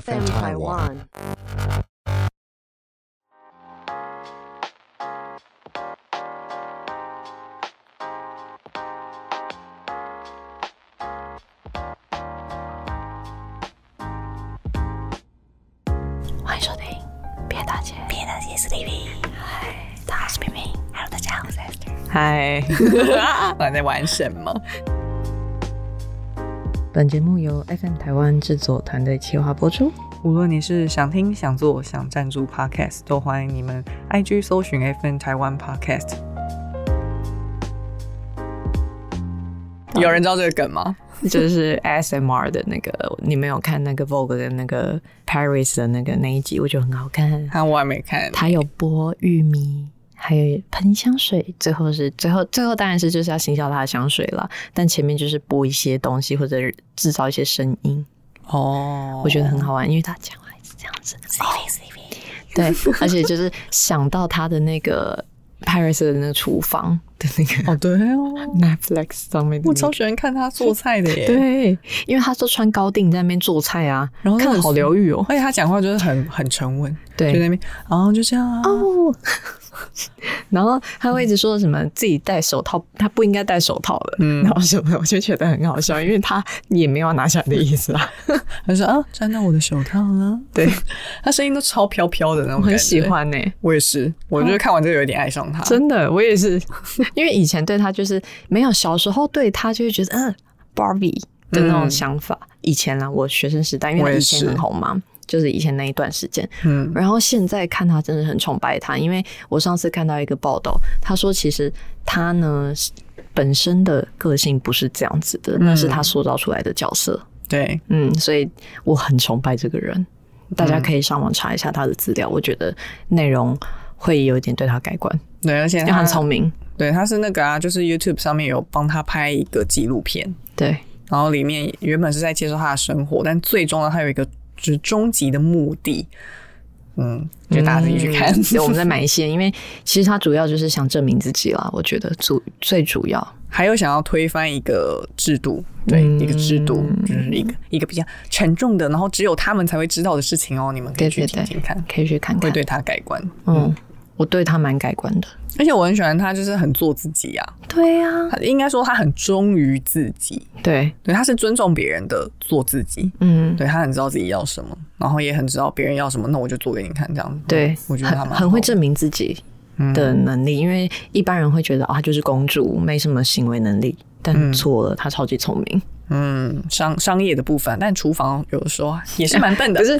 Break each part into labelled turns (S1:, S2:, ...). S1: FM Taiwan.
S2: 欢迎收听《别大姐》，别大姐是 David，嗨，大家是冰冰，Hello，大家好，我是 Esther。
S3: 嗨，我在玩什么？
S4: 本节目由 FM 台湾制作团队企划播出。
S3: 无论你是想听、想做、想赞助 Podcast，都欢迎你们 IG 搜寻 FN 台湾 Podcast。有人知道这个梗吗？
S4: 就是 SMR 的那个，你没有看那个 Vogue 的那个 Paris 的那个那一集，我觉得很好看。
S3: 看我还没看，
S4: 它有播玉米，还有喷香水，最后是最后最后当然是就是要行销它的香水啦，但前面就是播一些东西或者制造一些声音，
S3: 哦
S4: 我觉得很好玩，因为他讲话一直这样子，CV CV，对，而且就是想到他的那个 Paris 的那个厨房的那个
S3: 哦，对哦，
S4: Netflix 上面的、那个
S3: 我超喜欢看他做菜的耶。，
S4: 对，因为他都穿高定在那边做菜啊，
S3: 然后那
S4: 看
S3: 个
S4: 好疗愈哦。
S3: 而且他讲话就是很很沉稳，就在
S4: 对
S3: 那边，然后就这样啊，
S4: 哦，然后他会一直说什么自己戴手套，他不应该戴手套的，
S3: 嗯
S4: 然后什么，我就觉得很好笑，因为他也没有要拿下来的意思啊。
S3: 他说啊，沾到我的手套了。
S4: 对，
S3: 他声音都超飘飘的那种，
S4: 我很喜。欢欸呢、
S3: 我也是，我就是看完这个有点爱上他。
S4: 真的，我也是， 因为以前对他就是没有，小时候对他就会觉得嗯，Barbie 的那种
S3: 嗯
S4: 想法。以前啊，我学生时代，因为
S3: 我
S4: 他
S3: 也
S4: 以前
S3: 是
S4: 很红嘛，就是以前那一段时间，
S3: 嗯，
S4: 然后现在看他真的很崇拜他，因为我上次看到一个报道，他说其实他呢是本身的个性不是这样子的，那是他塑造出来的角色。
S3: 对，
S4: 嗯，所以我很崇拜这个人，大家可以上网查一下他的资料，我觉得内容会有一点对他改观，
S3: 对，而且
S4: 因为他
S3: 他
S4: 很聪明。
S3: 对，他是那个啊，就是 YouTube 上面有帮他拍一个纪录片，
S4: 对，
S3: 然后里面原本是在介绍他的生活，但最终呢，他有一个就是终极的目的，嗯，就大家自己去看。
S4: 嗯对，我们再买一些，因为其实他主要就是想证明自己啦。我觉得主最主要，
S3: 还有想要推翻一个制度，对，
S4: 嗯
S3: 一个制度就是一个一个比较沉重的，然后只有他们才会知道的事情哦，你们可以
S4: 对
S3: 去
S4: 对
S3: 听
S4: 对
S3: 听看，，
S4: 可以去看
S3: 会
S4: 看。
S3: 对他改观。
S4: 嗯，我对他蛮改观的。
S3: 而且我很喜欢他，就是很做自己啊，
S4: 对呀、
S3: 他应该说他很忠于自己，
S4: 对，
S3: 对，他是尊重别人的做自己，
S4: 嗯，
S3: 对他很知道自己要什么，然后也很知道别人要什么，那我就做给你看，这样子。
S4: 对，
S3: 我觉得他
S4: 很
S3: 蛮
S4: 很会
S3: 这
S4: 证明自己的能力，因为一般人会觉得啊，她就是公主，没什么行为能力，但错了，她超级聪明。
S3: 嗯商商业的部分，啊但厨房有的时候也是蛮笨 的。
S4: 可是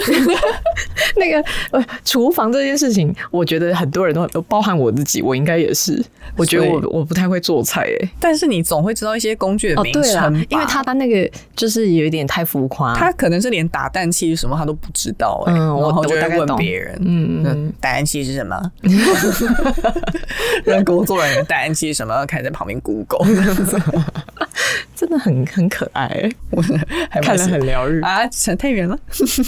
S4: 那个呃，厨房这件事情，我觉得很多人都包含我自己，我应该也是。我觉得我
S3: 所
S4: 我不太会做菜欸诶、
S3: 但是你总会知道一些工具的
S4: 哦，
S3: 名
S4: 对啦
S3: 称吧、，
S4: 因为他他那个就是有一点太浮夸，
S3: 他可能是连打蛋器是什么他都不知道、欸，
S4: 嗯
S3: 然
S4: 我
S3: 后就
S4: 我大
S3: 会
S4: 概
S3: 问
S4: 懂
S3: 别人，
S4: 嗯嗯
S3: 嗯，打蛋器是 什么？ 让工作人员打蛋器是什么？开始在旁边 Google，这样子
S4: 真的很很可 爱、欸，
S3: 我还蛮
S4: 看了
S3: 喜欢
S4: 很疗愈。
S3: 啊，扯太远了。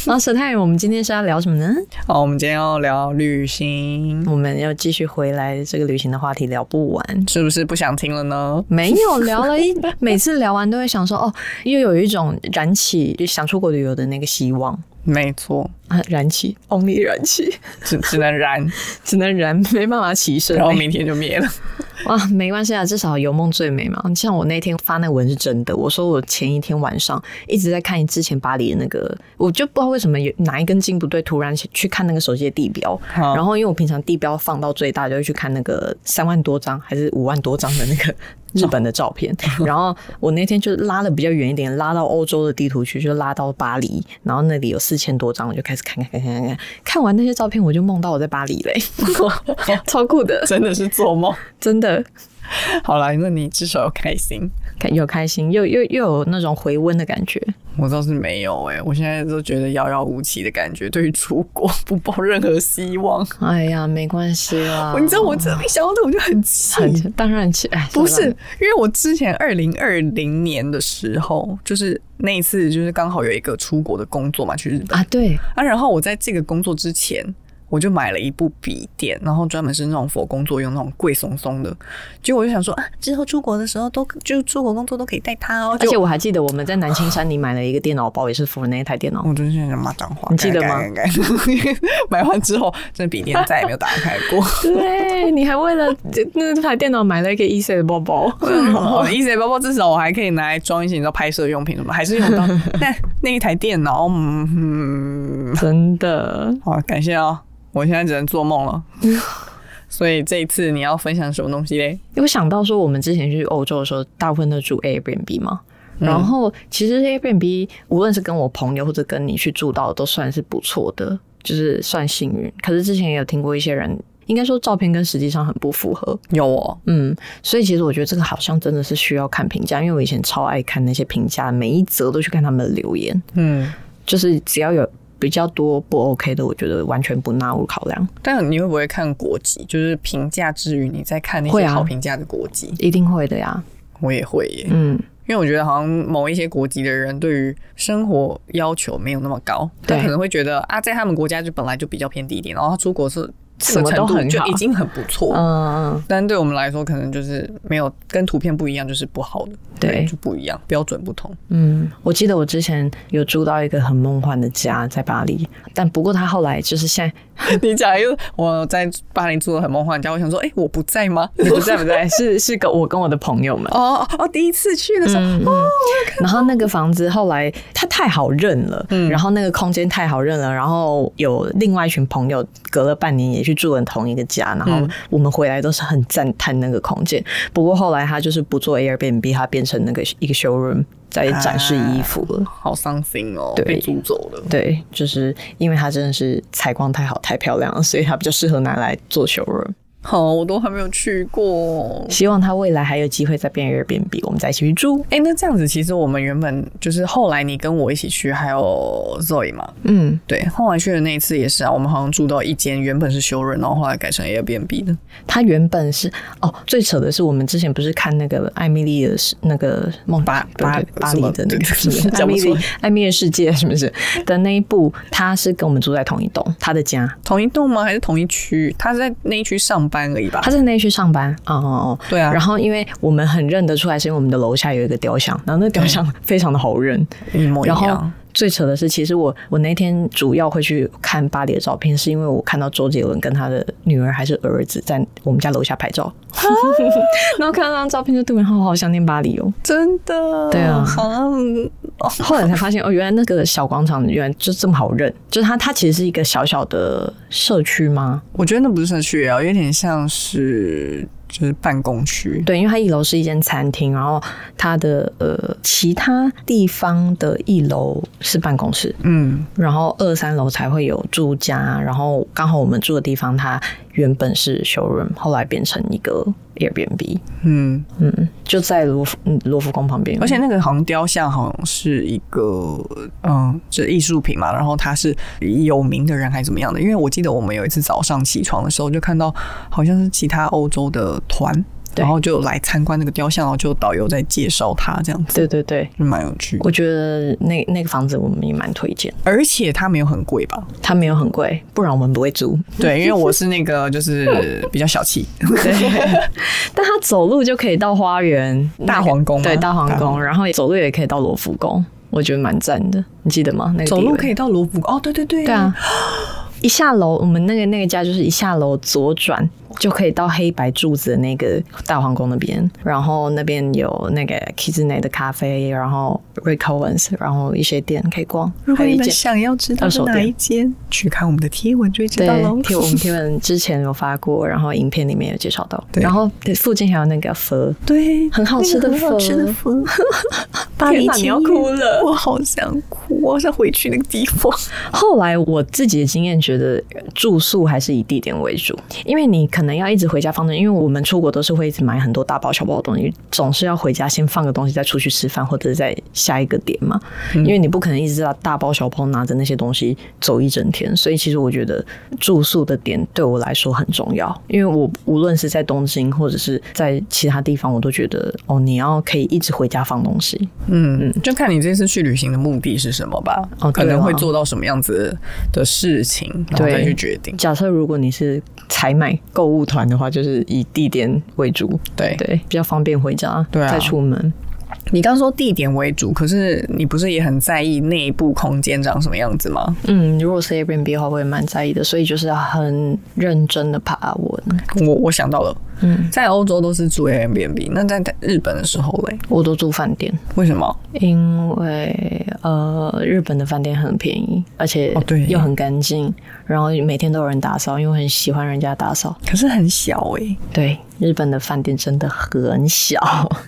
S4: 然啊后沈太宇，我们今天是要聊什么呢？
S3: 好，我们今天要聊旅行，
S4: 我们要继续回来这个旅行的话题聊不完。
S3: 是不是不想听了呢？
S4: 没有聊了一，每次聊完都会想说哦，又有一种燃起想出国旅游的那个希望
S3: 没错，
S4: 啊，燃起，only 燃起，
S3: 只只能 燃，
S4: 只能燃，没办法起身、
S3: 然后
S4: 欸。
S3: 明天就灭了。
S4: 哇，没关系啊，至少有梦最美嘛。像我那天发那文是真的，我说我前一天晚上一直在看之前巴黎的那个，我就不知道为什么有哪一根筋不对，突然去看那个手机的地标，
S3: 好
S4: 然后因为我平常地标放到最大，就会去看那个三万多张还是五万多张的那 个日本的照片。然后我那天就拉的比较远一点，拉到欧洲的地图去，就拉到巴黎，然后那里有四千多张，我就开始看看看看看看，看完那些照片，我就梦到我在巴黎嘞， 超酷的，
S3: 真的是做梦。
S4: 真的。
S3: 好啦，那你至少要开心。
S4: 看有开心，又又又有那种回温的感觉。
S3: 我倒是没有哎、我现在都觉得遥遥无期的感觉，对于出国不抱任何希望。
S4: 哎呀，没关系啦
S3: 你知 道我这一想到这我就很气，
S4: 哦很当然起，哎，
S3: 不是
S4: 算了
S3: 因为我之前二零二零年的时候，就是那一次就是刚好有一个出国的工作嘛，去日本
S4: 啊，对，
S3: 啊，然后我在这个工作之前，我就买了一部笔电，然后专门是那种佛工作用那种贵松松的。结果我就想说，啊，之后出国的时候都就出国工作都可以带它哦。
S4: 而且
S3: 就
S4: 我还记得我们在南青山，你买了一个电脑包，也是扶了那一台电脑。
S3: 我真是想骂脏话，
S4: 你记得吗
S3: 该？该该该 买完之后，这笔电再也没有打开 过。
S4: 对，你还为了那台电脑买了一个 E C 的包包。
S3: 哦，一些包包至少我还可以拿来装一些你知道拍摄用品什么，还是用到。但那一台电脑，嗯，嗯
S4: 真的，
S3: 好，感谢哦，我现在只能做梦了。 所以这一次你要分享什么东西嘞？
S4: 有想到说我们之前去欧洲的时候，大部分都住 Airbnb 嘛。然后其实 Airbnb 无论是跟我朋友或者跟你去住到，都算是不错的，就是算幸运。可是之前也有听过一些人，应该说照片跟实际上很不符合。
S3: 有哦，
S4: 嗯，所以其实我觉得这个好像真的是需要看评价，因为我以前超爱看那些评价，每一则都去看他们的留言，
S3: 嗯，
S4: 就是只要有比较多不 OK 的，我觉得完全不纳入考量，
S3: 但你会不会看国籍？就是评价之余，你在看那
S4: 会
S3: 些
S4: 啊
S3: 好评价的国籍，
S4: 一定会的呀。
S3: 我也会耶，
S4: 嗯，
S3: 因为我觉得好像某一些国籍的人对于生活要求没有那么高，他
S4: 对
S3: 可能会觉得啊，在他们国家就本来就比较偏低一点，然后他出国是这
S4: 什
S3: 个
S4: 么都
S3: 程度
S4: 很
S3: 就
S4: 好
S3: 已经很不错，
S4: 嗯，
S3: 但对我们来说，可能就是没有跟图片不一样，就是不好的，
S4: 对
S3: 就不一样，标准不同。
S4: 嗯，我记得我之前有住到一个很梦幻的家在巴黎，但不过他后来就是现在
S3: 你讲又我在巴黎住的很梦幻家，我想说，哎、我不在 吗？
S4: 你不在不在，是是跟我跟我的朋友们。
S3: 哦哦，第一次去的时候，哦
S4: 嗯嗯， 然后那个房子后来它太好认了，然后那个空间太好认了，然后有另外一群朋友隔了半年也去住了同一个家，然后我们回来都是很赞叹那个空间。不过后来他就是不做 Airbnb，他变成那个一个 showroom 在展示衣服了。
S3: 好伤心哦，
S4: 对
S3: 被租走了。
S4: 对，就是因为它真的是采光太好、太漂亮了，所以它比较适合拿来做 showroom。
S3: 好、我都还没有去过。
S4: 希望它未来还有机会再变 Airbnb，我们再一起去住。
S3: 哎、那这样子，其实我们原本就是后来你跟我一起去，还有 Zoe 嘛，
S4: 嗯，
S3: 对，后来去的那一次也是啊，我们好像住到一间原本是修润，然后后来改成 Airbnb 的。
S4: 它原本是哦，最扯的是我们之前不是看那个艾米丽的是那个梦
S3: 巴
S4: 巴
S3: 巴
S4: 巴黎的那个
S3: 什么
S4: 什么艾
S3: 讲不
S4: 米
S3: 出来
S4: 丽艾米丽世界是不是的那一部，它是跟我们住在同一栋，他的家，
S3: 同一栋吗？还是同一区？他是在那一区上班而已吧
S4: 他？在那一区上班。哦哦哦，
S3: 对啊
S4: 然后因为我们很认得出来，是因为我们的楼下有一个雕像，然后那雕
S3: 嗯
S4: 像非常的好认，
S3: 一模一
S4: 然后
S3: 样。
S4: 最扯的是，其实我我那天主要会去看巴黎的照片，是因为我看到周杰伦跟他的女儿还是儿子在我们家楼下拍照， 然后看到那张照片就突然好好想念巴黎哦。
S3: 真的，
S4: 对啊
S3: 好像
S4: 后来才发现哦，原来那个小广场原来就这么好认，就是它它其实是一个小小的社区吗？
S3: 我觉得那不是社区啊，有点像是就是办公区。
S4: 对，因为它一楼是一间餐厅，然后它的呃其他地方的一楼是办公室，
S3: 嗯，
S4: 然后二三楼才会有住家，然后刚好我们住的地方它原本是 showroom，后来变成一个 Airbnb，
S3: 嗯，
S4: 嗯，就在罗浮嗯罗浮宫旁边，
S3: 而且那个好像雕像好像是一个嗯，就是艺术品嘛，然后它是有名的人还是怎么样的？因为我记得我们有一次早上起床的时候就看到好像是其他欧洲的团，
S4: 对
S3: 然后就来参观那个雕像，然后就导游在介绍它这样子，
S4: 对对对，
S3: 就蛮有趣的。
S4: 我觉得那那个房子我们也蛮推荐，
S3: 而且它没有很贵吧？
S4: 它没有很贵，不然我们不会租。
S3: 对，因为我是那个就是 比较小气，
S4: 对，但它走路就可以到花园、
S3: 大皇宫吗
S4: 对大皇
S3: 大皇
S4: 宫，然后走路也可以到罗浮宫，我觉得蛮赞的，你记得吗？那个
S3: 走路
S4: 以。
S3: 可以到罗浮宫哦，对对对，
S4: 对啊，一下楼，我们那个那个家就是一下楼左转就可以到黑白柱子的那个大皇宫那边，然后那边有那个 k i z n e 的咖啡，然后 Rick Owens，然后一些店可以逛。
S3: 如果
S4: 还有
S3: 你
S4: 一
S3: 们
S4: 间
S3: 想要知道是哪一间，去看我们的贴文就会知道喽
S4: 对，。贴我们贴文之前有发过，然后影片里面有介绍到，
S3: 对
S4: 然后附近还有那个佛，
S3: 对，
S4: 很好吃的
S3: 那个很
S4: 粉
S3: 好吃的粉， 巴
S4: 天
S3: 黎
S4: 哪
S3: 情
S4: 你要
S3: 人
S4: 哭了
S3: 我好想哭，我好想回去那个地方。
S4: 后来我自己的经验觉得，呃住宿还是以地点为主，因为你可能要一直回家放东西，因为我们出国都是会一直买很多大包小包的东西，总是要回家先放个东西，再出去吃饭或者再下一个点嘛。因为你不可能一直大包小包拿着那些东西走一整天，所以其实我觉得住宿的点对我来说很重要，因为我无论是在东京或者是在其他地方，我都觉得哦，你要可以一直回家放东西。
S3: 嗯，就看你这次去旅行的目的是什什么吧，
S4: 哦对啊
S3: 可能会做到什么样子的事情，然后
S4: 对
S3: 再去决定。
S4: 假设如果你是采买购物团的话，就是以地点为主，
S3: 对，
S4: 对，比较方便回家，
S3: 对啊
S4: 再出门。
S3: 你刚说地点为主，可是你不是也很在意内部空间长什么样子吗？
S4: 嗯，如果是 Airbnb 的话，我也蛮在意的，所以就是很认真的爬文。
S3: 我我想到了，
S4: 嗯，
S3: 在欧洲都是住 Airbnb，那在日本的时候嘞，
S4: 我都住饭店，
S3: 为什么？
S4: 因为呃，日本的饭店很便宜，而且
S3: 哦对
S4: 又很干净，然后每天都有人打扫，因为我很喜欢人家打扫。
S3: 可是很小诶、
S4: 欸对，日本的饭店真的很小，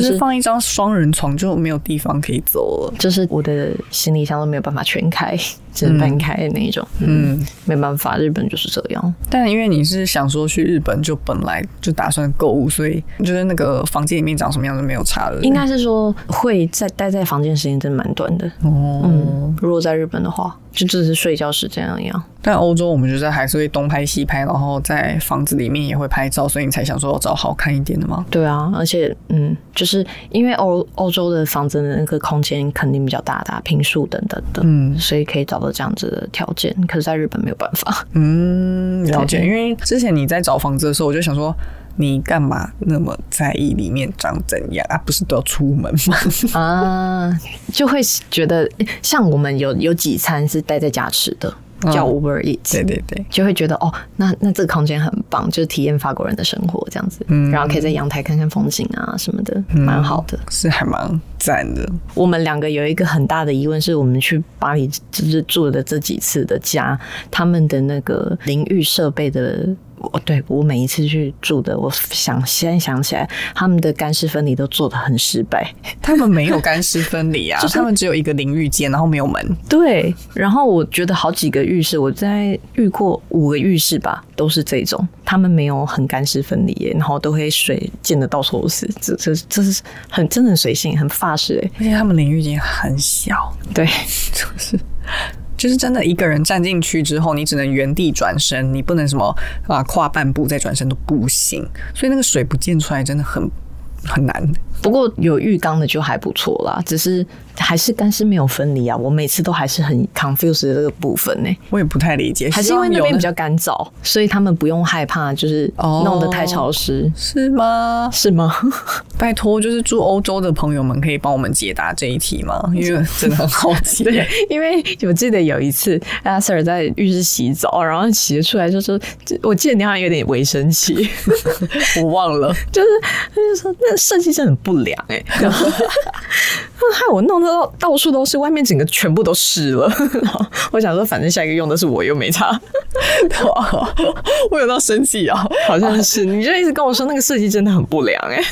S4: 就是
S3: 是放一张双人床就没有地方可以走了。
S4: 就是我的行李箱都没有办法全开， 只能半开的那一种。嗯，
S3: 嗯，
S4: 没办法，日本就是这样。
S3: 但因为你是想说去日本就本来就打算购物，所以就是那个房间里面长什么样就没有差了。
S4: 应该是说会在待在房间时间真的蛮短的。
S3: 哦，
S4: 嗯，如果在日本的话，就只是睡觉时间啊一样。
S3: 但欧洲我们就是还是会东拍西拍，然后在房子里面也会拍照，所以你才想说要找好看一点的吗？
S4: 对啊，而且嗯，就是因为欧欧洲的房子的那个空间肯定比较大大，平数等等的，
S3: 嗯
S4: 所以可以找到这样子的条件。可是在日本没有办法。
S3: 嗯，了解。
S4: 对
S3: 因为之前你在找房子的时候，我就想说。你干嘛那么在意里面长怎样啊？不是都要出门 吗？
S4: 啊，就会觉得像我们有有几餐是待在家吃的，叫 Uber Eats，、
S3: 对对对，
S4: 就会觉得哦，那那这个空间很棒，就是体验法国人的生活这样子，然后可以在阳台看看风景啊什么的，蛮好的。
S3: 是还蛮赞的。
S4: 我们两个有一个很大的疑问是，我们去巴黎就是住的这几次的家，他们的那个淋浴设备的。我对我每一次去住的，我想现在想起来，他们的干湿分离都做的很失败。
S3: 他们没有干湿分离啊，
S4: 就是
S3: 他们只有一个淋浴间，然后没有门。
S4: 对，然后我觉得好几个浴室，我在遇过五个浴室吧，都是这种，他们没有很干湿分离耶，然后都会水溅得到处都是，这这这是很真的很随性，很法式哎。
S3: 而且他们淋浴间很小，
S4: 对，
S3: 就是就是真的一个人站进去之后，你只能原地转身，你不能什么啊跨半步再转身都不行。所以那个水不溅出来真的很很难。
S4: 不过有浴缸的就还不错啦，只是还是干湿没有分离啊，我每次都还是很 confused 的这个部分呢、
S3: 我也不太理解，
S4: 还是
S3: 希
S4: 因
S3: 望
S4: 为那
S3: 有
S4: 边比较干燥，所以他们不用害怕，就是
S3: 哦
S4: 弄得太潮湿，
S3: 是吗？
S4: 是吗？
S3: 拜托，就是住欧洲的朋友们可以帮我们解答这一题吗？因为真的很好奇。
S4: 对， 因为我记得有一次阿 Sir 在浴室洗澡，然后洗出来就说，这我记得你好像有点微生气，
S3: 我忘了，
S4: 就是他就说那设计真的很不良哎、欸，然后 害我弄到到处都是，外面整个全部都湿了。 然后我想说，反正下一个用的是我，又没 差，
S3: 我有到生气啊，
S4: 好像是你就一直跟我说那个设计真的很不良哎、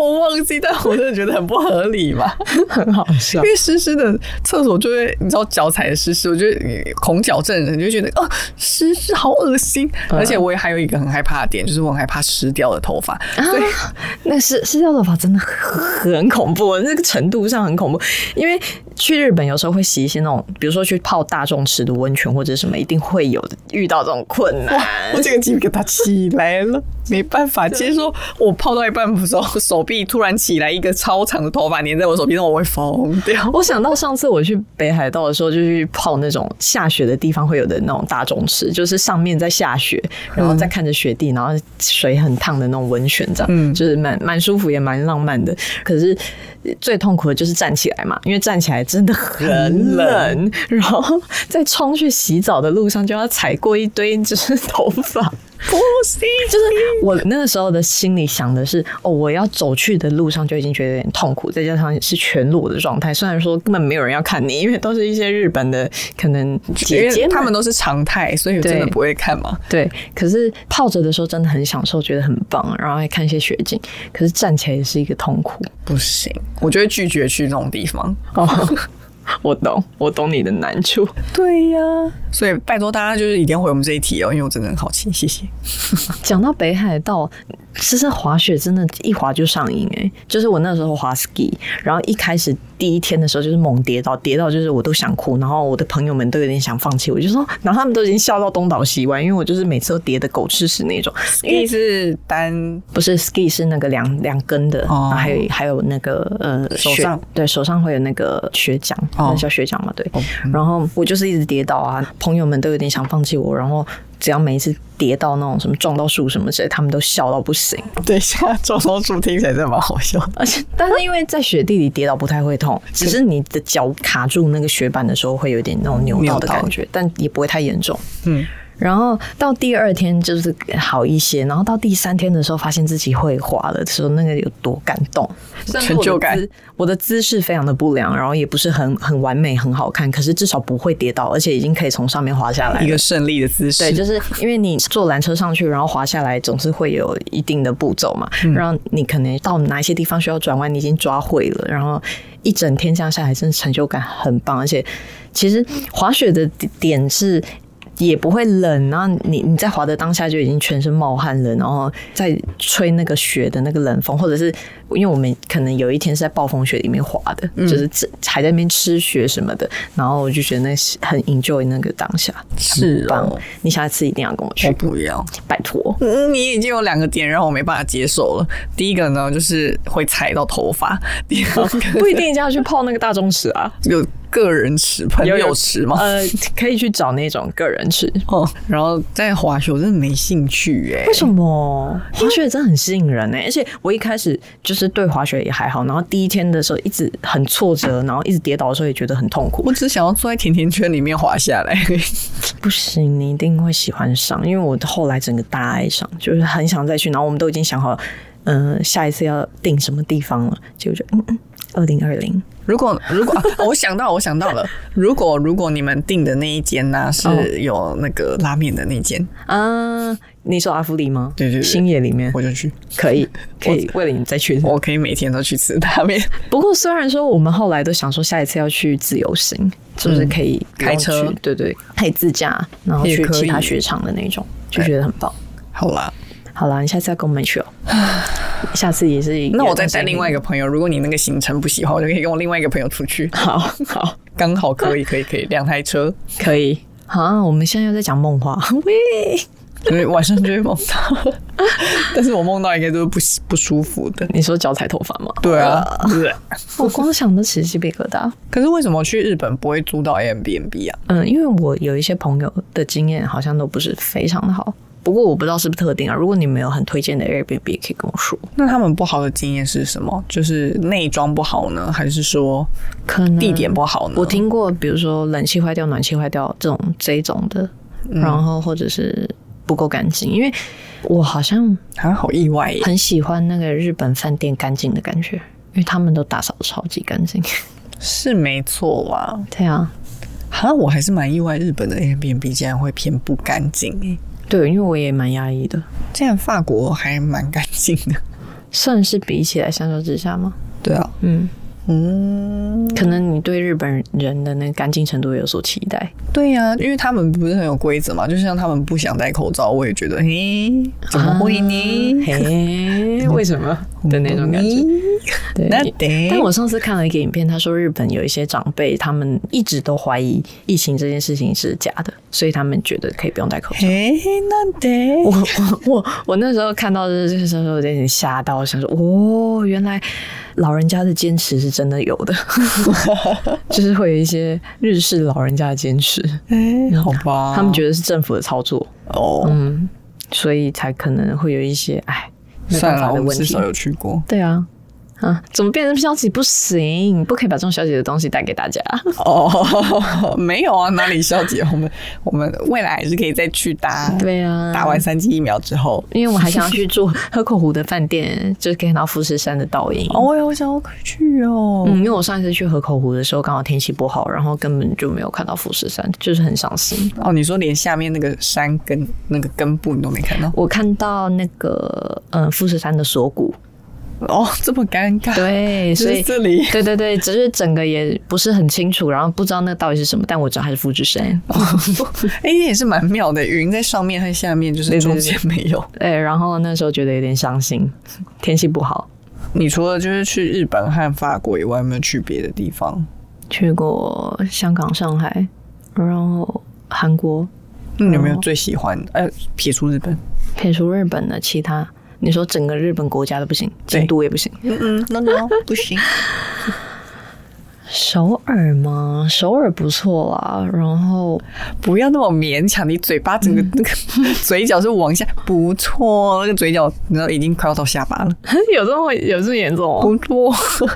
S3: 我忘记，但我真的觉得很不合理吧。
S4: 很好笑
S3: 因。为湿湿的厕所就会，你知道脚踩得湿湿，我觉得恐脚症人就会觉得啊湿湿好恶心。而且我也还有一个很害怕的点，就是我很害怕湿掉的头发，
S4: 啊
S3: 所以
S4: 那湿湿掉头发真的很恐怖，那个程度上很恐怖。因为去日本有时候会洗一些那种，比如说去泡大众池的温泉或者什么，一定会有遇到这种困难。
S3: 我这个鸡皮疙瘩起来了，没办法接受。我泡到一半的时候，手臂突然起来一个超长的头发粘在我手臂上，我会疯掉。
S4: 我想到上次我去北海道的时候，就去泡那种下雪的地方会有的那种大众池，就是上面在下雪，然后再看着雪地，然后水很烫的那种温泉，这样，
S3: 嗯
S4: 就是蛮蛮舒服也蛮浪漫的。可是呃最痛苦的就是站起来嘛，因为站起来真的很冷，然后在冲去洗澡的路上就要踩过一堆就是头发。
S3: 不行，
S4: 就是我那个时候的心里想的是，哦，我要走去的路上就已经觉得有点痛苦，再加上是全裸的状态，虽然说根本没有人要看你，因为都是一些日本的可能姐
S3: 因
S4: 姐
S3: 为 他们
S4: 都
S3: 都是常态，所以真
S4: 对
S3: 的不会看嘛。
S4: 对。可是泡着的时候真的很享受，觉得很棒，然后还看一些雪景。可是站起来也是一个痛苦。
S3: 不行，我就会拒绝去那种地方。
S4: 哦，我懂，我懂你的难处。
S3: 对呀、所以拜托大家就是一定要回我们这一题哦，因为我真的很好奇，谢谢。
S4: 讲到北海道，其实滑雪真的，一滑就上瘾哎、就是我那时候滑 ski，然后一开始第一天的时候就是猛跌倒，跌到就是我都想哭，然后我的朋友们都有点想放弃，我就说，然后他们都已经笑到东倒西歪，因为我就是每次都跌的狗吃屎那种。因为
S3: 一是单
S4: 不是 ski 是那个两两根的，
S3: 哦
S4: 然后还有还有那个呃
S3: 手
S4: 雪
S3: 上
S4: 对手上会有那个雪奖，
S3: 哦嗯
S4: 那叫雪奖嘛对。然后我就是一直跌倒啊，朋友们都有点想放弃我，然后只要每一次跌到那种什么撞到树什么之类，他们都笑到不行。
S3: 对，现在撞到树听起来真的蛮好笑。
S4: 而且，但是因为在雪地里跌倒不太会痛，
S3: 嗯
S4: 只是你的脚卡住那个雪板的时候会有点那种扭到的感觉，但也不会太严重。
S3: 嗯，
S4: 然后到第二天就是好一些，然后到第三天的时候，发现自己会滑了的时候，那个有多感动，
S3: 成就感
S4: 虽然我的姿。我的姿势非常的不良，然后也不是很很完美、很好看，可是至少不会跌倒，而且已经可以从上面滑下来了
S3: 一。个胜利的姿势，
S4: 对，就是因为你坐缆车上去，然后滑下来，总是会有一定的步骤嘛。然后你可能到哪一些地方需要转弯，你已经抓会了。然后一整天这样下来，真的成就感很棒。而且其实滑雪的点是。也不会冷，然后你你在滑的当下就已经全身冒汗了，然后在吹那个雪的那个冷风，或者是因为我们可能有一天是在暴风雪里面滑的，就是吃还在那边吃雪什么的，然后我就觉得那是很 enjoy 那个当下。
S3: 是哦
S4: 棒，你下次一定要跟我
S3: 我
S4: 去，
S3: 不要。
S4: 拜 托。
S3: 嗯，你已经有两个点让我没办法接受了。第一个呢，就是会踩到头发；第二个
S4: 不一定一定要去泡那个大众池 啊，
S3: 有个人池、朋
S4: 有
S3: 友池吗？
S4: 呃，可以去找那种个人池。
S3: 哦，然后在滑雪我真的没兴趣哎、
S4: 为什么滑雪真的很吸引人呢、而且我一开始就是对滑雪也还好，然后第一天的时候一直很挫折，然后一直跌倒的时候也觉得很痛苦。
S3: 我只想要坐在甜甜圈里面滑下来。
S4: 不行，你一定会喜欢上，因为我后来整个大爱上，就是很想再去。然后我们都已经想好，嗯、下一次要定什么地方了，结果就嗯嗯，二零二零。
S3: 如果如果、啊我想到我想到了，如果如果你们订的那一间呢、啊
S4: 哦
S3: 是有那个拉面的那间，
S4: 啊，你说阿芙里吗？
S3: 对对对
S4: 星野里面
S3: 我就去，
S4: 可 以，可以为了你再去。
S3: 我可以每天都去吃拉面。
S4: 不过虽然说我们后来都想说下一次要去自由行，是不是可以不用
S3: 开车
S4: 去对对，可以自驾，然后
S3: 也
S4: 去
S3: 可以
S4: 其他雪场的那种，就觉得很棒。
S3: 好啦，
S4: 好啦，你下次要跟我们 去哦。下次也是，
S3: 那我再带另外一个朋友，如果你那个行程不喜欢，我就可以跟我另外一个朋友出去，
S4: 好好
S3: 刚好 可以可以可以两台车，
S4: 可以。啊，我们现在又在讲梦话，喂，
S3: 因为晚上就会梦到， 但是我梦到应该都是不不舒服的。
S4: 你说脚踩头发吗？
S3: 对啊，
S4: 我光想都起鸡皮疙瘩。
S3: 可是为什么去日本不会租到 Airbnb 啊？
S4: 嗯，因为我有一些朋友的经验好像都不是非常的好，不过我不知道是不是特定啊。如果你们有很推荐的 Airbnb，可以跟我说。
S3: 那他们不好的经验是什么？就是内装不好呢，还是说
S4: 可能
S3: 地点不好呢？
S4: 嗯我听过，比如说冷气坏掉、暖气坏掉这种这一种的，然后或者是不够干净，因为我好像
S3: 啊，好意外耶！
S4: 很喜欢那个日本饭店干净的感觉，因为他们都打扫得超级干 净。
S3: 是没错啦。
S4: 对啊，
S3: 哈，我还是蛮意外，日本的 Airbnb 竟然会偏不干净诶，
S4: 对，因为我也蛮压抑的，
S3: 竟然法国还蛮干净 的。
S4: 算是比起来相较之下吗？
S3: 对啊，
S4: 嗯，
S3: 嗯，
S4: 可能你对日本人的那个干净程度有所期待。
S3: 对呀、因为他们不是很有规则嘛，就像他们不想戴口罩，我也觉得，嘿，
S4: 啊
S3: 怎么会呢？
S4: 嘿，嗯 为什么的那种感觉？对，
S3: 那得，
S4: 但我上次看了一个影片，他说日本有一些长辈，他们一直都怀疑疫情这件事情是假的，所以他们觉得可以不用戴口罩。
S3: 嘿，那得，
S4: 我我我我那时候看到这这时候有点吓到，想说哦，原来老人家的坚持是真的有 的，就是会有一些日式老人家的坚持，嗯
S3: 哎，好吧，
S4: 哦他们觉得是政府的操作，
S3: 得哦，
S4: 嗯，所以才可能会有一些哎，没
S3: 算
S4: 办
S3: 了，
S4: 法
S3: 我
S4: 的
S3: 们
S4: 问
S3: 至
S4: 题
S3: 少。有去过。
S4: 对啊，啊，怎么变成消极？不行，不可以把这种消极的东西带给大 家。
S3: 哦， 没有啊，哪里消极？我们我们未来还是可以再去打，
S4: 对啊，
S3: 打完。三剂疫苗之后。
S4: 因为我还想要去住河口湖的饭店，就是可以看到富士山的倒影。
S3: 哦，我想我可以去哦。
S4: 嗯，因为我上一次去河口湖的时候，刚好天气不好，然后根本就没有看到富士山，就是很伤心。
S3: 哦，你说连下面那个山根那个根部你都没看到？
S4: 呃 我看到那个嗯富士山的锁骨，
S3: 哦，这么尴尬，
S4: 对，
S3: 就
S4: 所
S3: 是
S4: 以
S3: 这里
S4: 对对对，只是整个也不是很清楚，然后不知道那个到底是什么，但我知道它是复制山。
S3: 哎、也是蛮妙的，云在上面和下面，就
S4: 对
S3: 是
S4: 对
S3: 中
S4: 对
S3: 间没有。
S4: 对，然后那时候觉得有点伤心，天气不好。
S3: 你除了就是去日本和法国以外，有没有去别的地方？
S4: 去过香港、上海，然后韩国，
S3: 那你有没有最喜欢？呃，撇除日本，
S4: 撇除日本的其他，你说整个日本国家都不行，
S3: 对
S4: 京都也不行，
S3: 嗯嗯，no no，不行。
S4: 首尔吗？首尔不错啦，然后
S3: 不要那么勉强，你嘴巴整个那个嘴角是往下，不错，那个嘴角你知道已经快要到下巴了，
S4: 有这么有这么严重哦？
S3: 不错。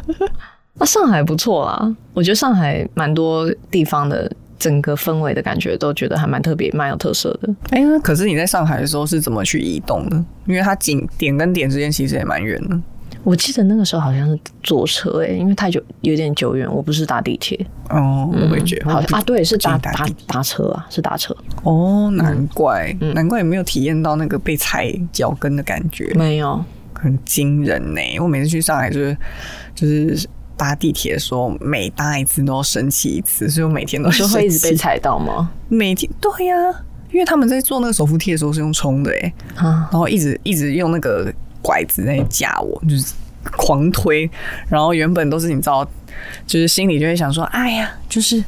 S4: 啊，上海不错啦，我觉得上海蛮多地方的整个氛围的感觉都觉得还蛮特别、蛮有特色的。
S3: 哎、那可是你在上海的时候是怎么去移动的？因为它景点跟点之间其实也蛮远的。
S4: 我记得那个时候好像是坐车诶、因为太久有点久远，我不是搭地铁，
S3: 哦，我会觉得
S4: 好像啊，对，是搭
S3: 搭
S4: 搭搭车啊，是搭车，
S3: 哦，难怪，
S4: 嗯
S3: 难怪也没有体验到那个被踩脚跟的感觉，
S4: 没有，
S3: 很惊人呢、我每次去上海就是就是搭地铁的时候，每搭一次都要生气一次，所以我每天都
S4: 你 说会一直被
S3: 生气，
S4: 踩到吗？
S3: 每天对呀、因为他们在做那个手扶梯的时候是用冲的哎、
S4: 啊，
S3: 然后一直一直用那个拐子在架我，就是狂推。然后原本都是你知道，就是心里就会想说，哎呀，就是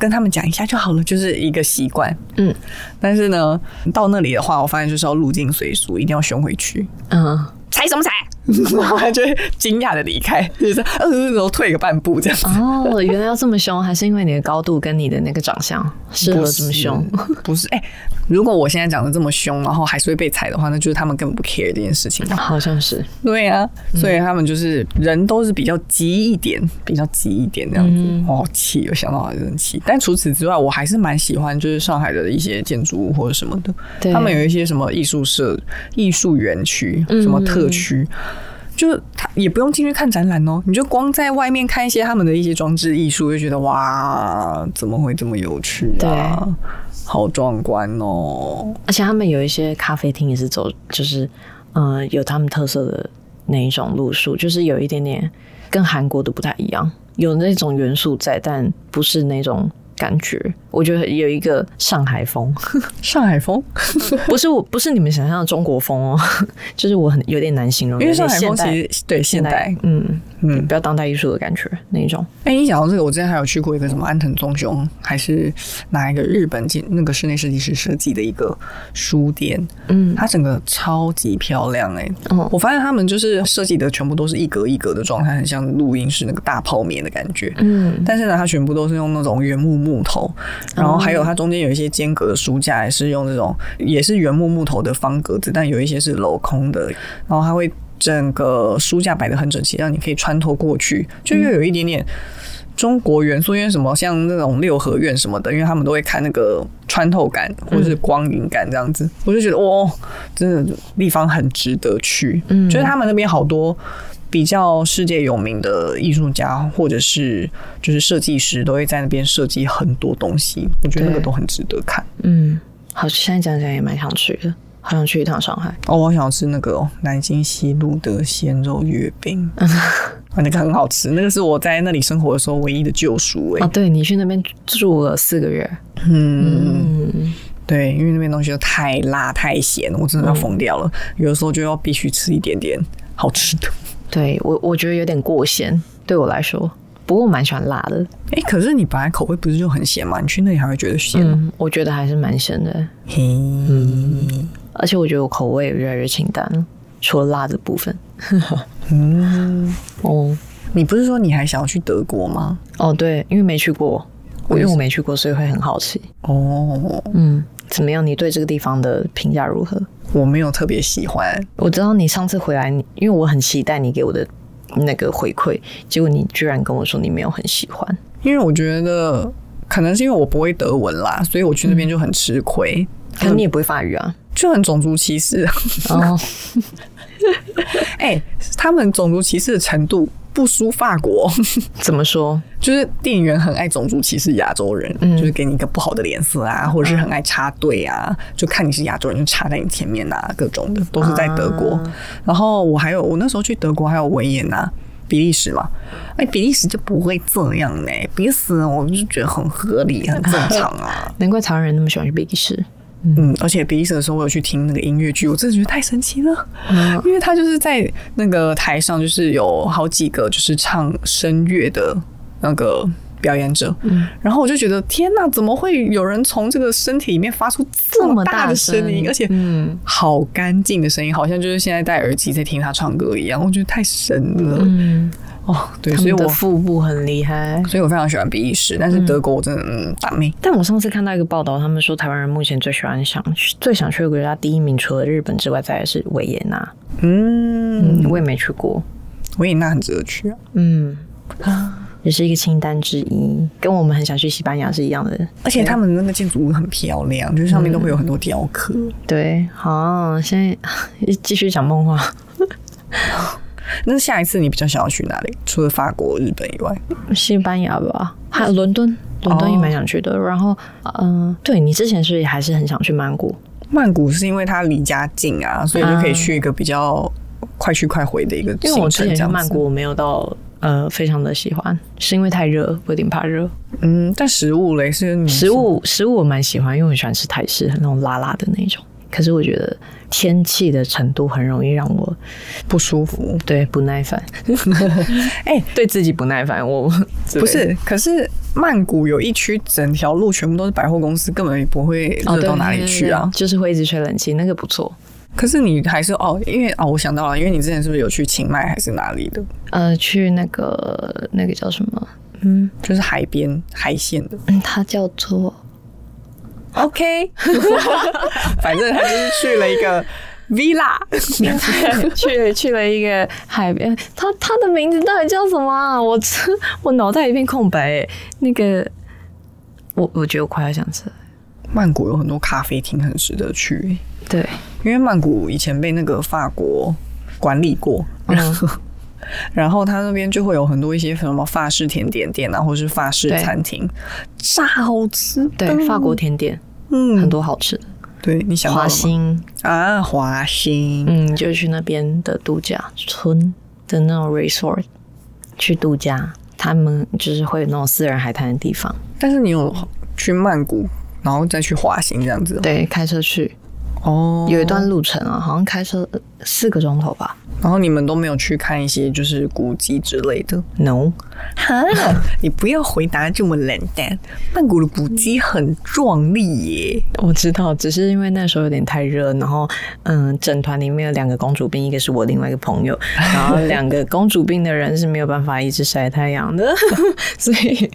S3: 跟他们讲一下就好了，就是一个习惯。
S4: 嗯，
S3: 但是呢，到那里的话，我发现就是要入境随俗，一定要凶回去。
S4: 嗯，
S2: 踩什么踩？
S3: 然后他 就会惊讶的离开，就是呃，然后退个半步这样子。
S4: 哦，原来要这么凶，还是因为你的高度跟你的那个长相适合这么凶？
S3: 不是？哎、如果我现在讲的这么凶，然后还是会被踩的话，那就是他们根本不 care 这件 事情。
S4: 好像是，
S3: 对啊，
S4: 嗯
S3: 所以他们就是人都是比较急一点，比较急一点这样子。
S4: 嗯
S3: 哦，气，我想到还是很气。但除此之外，我还是蛮喜欢就是上海的一些建筑物或者什么的，
S4: 对
S3: 他们有一些什么艺术社、艺术园区、
S4: 嗯
S3: 什么特区。就他也不用进去看展览哦，你就光在外面看一些他们的一些装置艺术，就觉得哇，怎么会这么有趣啊
S4: 对？
S3: 好壮观哦！
S4: 而且他们有一些咖啡厅也是走，就是呃，有他们特色的那一种路数，就是有一点点跟韩国的不太一样，有那种元素在，但不是那种。感觉我觉得有一个上海 风，
S3: 上海风，
S4: 不是我不是你们想象的中国风哦， 就是我很有点难形容，
S3: 因为
S4: 有点
S3: 上海风
S4: 现代
S3: 其实对现代，
S4: 嗯
S3: 嗯
S4: 嗯，比较当代艺术的感觉那一种。
S3: 哎、你讲到这个，我之前还有去过一个什么安藤忠雄，还是哪一个日本建那个室内设计师设计的一个书店，
S4: 嗯，
S3: 它整个超级漂亮哎、
S4: 哦
S3: 我发现他们就是设计的全部都是一格一格的状态，很像录音室那个大泡面的感觉。
S4: 嗯，
S3: 但是呢，它全部都是用那种原木木头，然
S4: 哦
S3: 后还有它中间有一些间隔的书架也是用这种也是原木木头的方格子，但有一些是镂空的，然后它会整个书架摆得很整齐，让你可以穿透过去，就又有一点点。中国元素，因为什么像那种六合院什么的，因为他们都会看那个穿透感或是光影感这样子，我就觉得哦，真的地方很值得去。嗯，就是他们那边好多比较世界有名的艺术家或者是就是设计师都会在那边设计很多东西，我觉得那个
S4: 对
S3: 都很值得看。
S4: 嗯，好，现在讲讲也蛮想去的，好想去一趟上海。
S3: 哦，我好想吃那个、哦、南京西路的鲜肉月饼，啊，那个很好吃，那个是我在那里生活的时候唯一的救赎哎、
S4: 啊，对你去那边住了四个月，
S3: 嗯。
S4: 嗯，
S3: 对，因为那边东西都太辣太咸，我真的要疯掉了。有的时候就要必须吃一点点好吃的。
S4: 对我我觉得有点过咸，对我来说。不过我蛮喜欢辣的，
S3: 哎、可是你本来口味不是就很咸吗？你去那里还会觉得咸吗？
S4: 嗯，我觉得还是蛮咸的，
S3: 嘿、
S4: 而且我觉得我口味越来越清淡了，除了辣的部分。 嗯，
S3: 你不是说你还想要去德国吗？
S4: 哦哦，对，因为没去过，因为我没去过，所以会很好奇。
S3: 哦，
S4: 嗯，怎么样？你对这个地方的评价如何？
S3: 我没有特别喜欢。
S4: 我知道你上次回来，你因为我很期待你给我的那个回馈，结果你居然跟我说你没有很喜欢。
S3: 因为我觉得可能是因为我不会德文啦，所以我去那边就很吃亏，
S4: 可你也不会法语啊？
S3: 就很种族歧视。
S4: 哦，
S3: 哎、他们种族歧视的程度不输法国，
S4: 怎么说？
S3: 就是电影院很爱种族歧视亚洲人，就是给你一个不好的脸色啊，或者是很爱插队啊，就看你是亚洲人就插在你前面啊，各种的都是在德国。然后我还有我那时候去德国还有维也纳。比利时嘛，哎、比利时就不会这样呢、比利时我就觉得很合理、很正常啊。
S4: 难怪台湾人那么喜欢去比利时。
S3: 嗯，而且比利时的时候，我有去听那个音乐剧，我真的觉得太神奇了，
S4: 嗯
S3: 因为他就是在那个台上，就是有好几个就是唱声乐的那个表演者，
S4: 嗯
S3: 然后我就觉得天呐，怎么会有人从这个身体里面发出这
S4: 这
S3: 么
S4: 么
S3: 大
S4: 大
S3: 的
S4: 的
S3: 声音，
S4: 声
S3: 而且
S4: 嗯
S3: 好干净的声音，好像就是现在戴耳机在听他唱歌一样，我觉得太神了、
S4: 嗯，
S3: 哦。对，
S4: 他
S3: 所以
S4: 们
S3: 我
S4: 的腹部很厉害。
S3: 所以我非常喜欢比利时，但是德国我真的嗯打妹。
S4: 但我上次看到一个报道，他们说台湾人目前最喜欢想最想去的国家，第一名除了日本之外，再来是维也纳。
S3: 嗯，
S4: 嗯，我也没去过。
S3: 维也纳很值得去啊。
S4: 嗯，也是一个清单之一，跟我们很想去西班牙是一样的。
S3: 而且他们那个建筑物很漂亮，就是上面都会有很多雕刻。
S4: 对，好，现在 继续讲梦话。
S3: 那下一次你比较想要去哪里？除了法国、日本以外，
S4: 西班牙吧，还有伦敦，伦敦也蛮想去的。然后，嗯、对你之前是不是还是很想去曼谷？
S3: 曼谷是因为它离家近啊，所以就可以去一个比较快去快回的一个
S4: 因为我
S3: 行
S4: 之
S3: 程
S4: 前
S3: 这
S4: 去
S3: 样
S4: 曼
S3: 子。
S4: 谷，我没有到呃非常的喜欢，是因为太热，我有点怕热。
S3: 嗯，但食物嘞是你
S4: 食物食物我蛮喜欢，因为我喜欢吃泰式，那种辣辣的那种。可是我觉得天气的程度很容易让我
S3: 不舒服，
S4: 对不耐 烦，
S3: 哎
S4: 对自己不耐烦。我
S3: 不是？可是曼谷有一区整条路全部都是百货公司，根本也不会
S4: 哦
S3: 热到哪里去啊。
S4: 就是会一直吹冷气，那个不错。
S3: 可是你还是哦，因为哦，我想到了，因为你之前是不是有去清迈还是哪里的？
S4: 呃，去那个那个叫什么？
S3: 就是海边海线的。
S4: 嗯，它叫做
S3: OK，反正他就是去了一个 villa，
S4: 去去了一个海边，它它的名字到底叫什么啊？我真我脑袋一片空白诶。那个，我我觉得我快要想起来。
S3: 曼谷有很多咖啡厅很值得去，
S4: 对，
S3: 因为曼谷以前被那个法国管理过，然后、 然后他那边就会有很多一些什么法式甜点店啊，或是法式
S4: 对
S3: 餐厅，炸好吃的，
S4: 对，法国甜点很
S3: 嗯，
S4: 多好吃的，
S3: 对你想到
S4: 华
S3: 了吗？
S4: 兴，
S3: 啊，华兴，
S4: 嗯，就去那边的度假村的那种 resort 去度假，他们就是会有那种私人海滩的地方，
S3: 但是你有去曼谷，然后再去华兴这样子
S4: 对，开车去，
S3: 哦，
S4: 有一段路程啊，好像开车呃四个钟头吧
S3: 然后你们都没有去看一些就是古迹之类的。
S4: ，no，
S3: 哈， 你不要回答这么冷淡。曼谷的古迹很壮丽耶，
S4: 我知道，只是因为那时候有点太热，然后嗯，整团里面有两个公主病，一个是我另外一个朋友，然后两个公主病的人是没有办法一直晒太阳的， 所以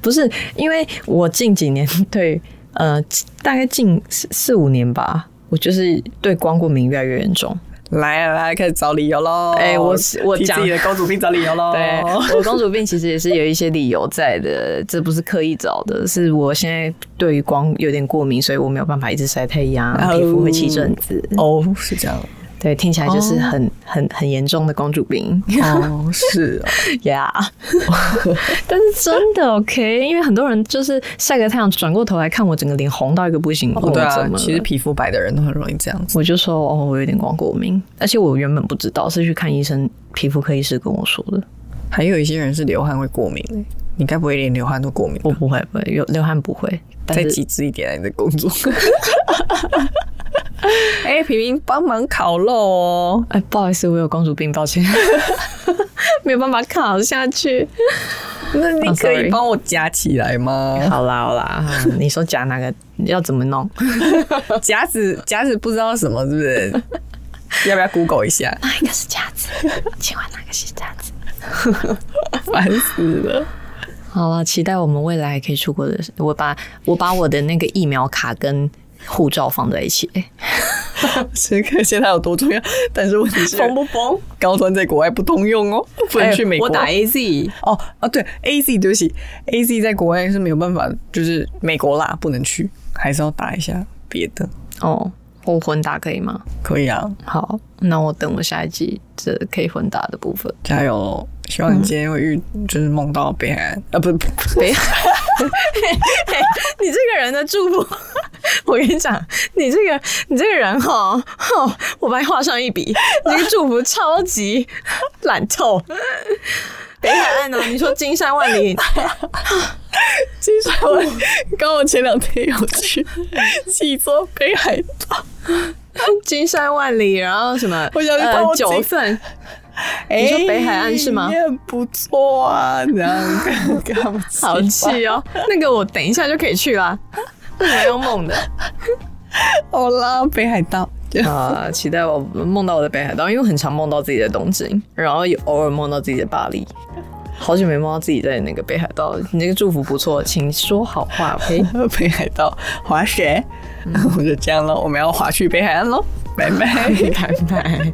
S4: 不是因为我近几年对呃大概近四四五年吧，我就是对光过敏越来越严重。
S3: 来来来，开始找理由喽！
S4: 哎我我
S3: 替
S4: 讲
S3: 自己的公主病找理由喽。
S4: 对，我公主病其实也是有一些理由在的，这不是刻意找的，是我现在对于光有点过敏，所以我没有办法一直晒太阳，
S3: 哦
S4: 皮肤会起疹子。
S3: 哦，是这样。
S4: 对，听起来就是很、很很严重的公主病
S3: 哦，是哦
S4: 呀。但是真的 OK，因为很多人就是晒个太阳，转过头来看我，整个脸红到一个不行。
S3: 哦，
S4: 我
S3: 对啊
S4: 怎，么
S3: 其实
S4: 了
S3: 皮肤白的人都很容易这样子。
S4: 我就说哦，我有点光过敏，而且我原本不知道，是去看医生，皮肤科医师跟我说的。
S3: 还有一些人是流汗会过敏的，你该不会连流汗都过敏吧？
S4: 我不会，不会，有流汗不会。但
S3: 再
S4: 是
S3: 极致一点啊，你的工 作。 哎，平平帮忙烤肉哦。
S4: 哎，不好意思，我有公主病，抱歉， 没有办法考下去。
S3: 那你
S4: 哦
S3: 可以
S4: ，sorry
S3: 帮我夹起来吗？
S4: 好啦好啦，嗯你说夹哪个要怎么弄？
S3: 夹子夹子不知道什么是不 是？要不要 Google 一下？
S2: 哪一个是夹子？请问哪个是夹子？
S3: 烦死了！
S4: 好了，期待我们未来还可以出国的。我把我把我的那个疫苗卡跟护照放在一起，哎
S3: 这个现在有多重要？但是问题是，
S4: 疯不疯？
S3: 高端在国外不通用哦，不能
S2: 哎
S3: 去美国。
S4: 我打 AZ，
S3: 哦哦，对，A Z 对不起，A Z 在国外是没有办法，就是美国啦，不能去，还是要打一下别的。
S4: 哦，我混打可以吗？
S3: 可以啊，
S4: 好，那我等我下一季这可以混打的部分。
S3: 加油哦！希望你
S2: 嗯
S3: 今天会遇，就是梦到北海岸啊，不是，
S4: 北海，你这个人的祝福， 我跟你讲，你这个你这个人哈，哈，我把你画上一笔，你的祝福超级 懒透。北海岸呢？你说金山万里，
S3: 其实我刚我前两天有去几座北海道，
S4: 金山万里，然后什么？
S3: 我想去
S4: 呃
S3: 报警
S4: 九份，
S3: 你
S4: 说北海岸是吗
S3: 也不错啊，这样跟跟他们
S4: 好
S3: 奇怪
S4: 气哦。 那个我等一下就可以去啦， 没有梦的。
S3: 好啦，北海道。
S4: 啊、期待我梦到我的北海道，因为我很常梦到自己的东京，然后也偶尔梦到自己的巴黎。好久没梦到自己在那个北海道，你那个祝福不错，请说好 话，OK？
S3: 北海道滑雪，我就这样了，我们要滑去北海岸喽，拜拜。
S4: 拜拜。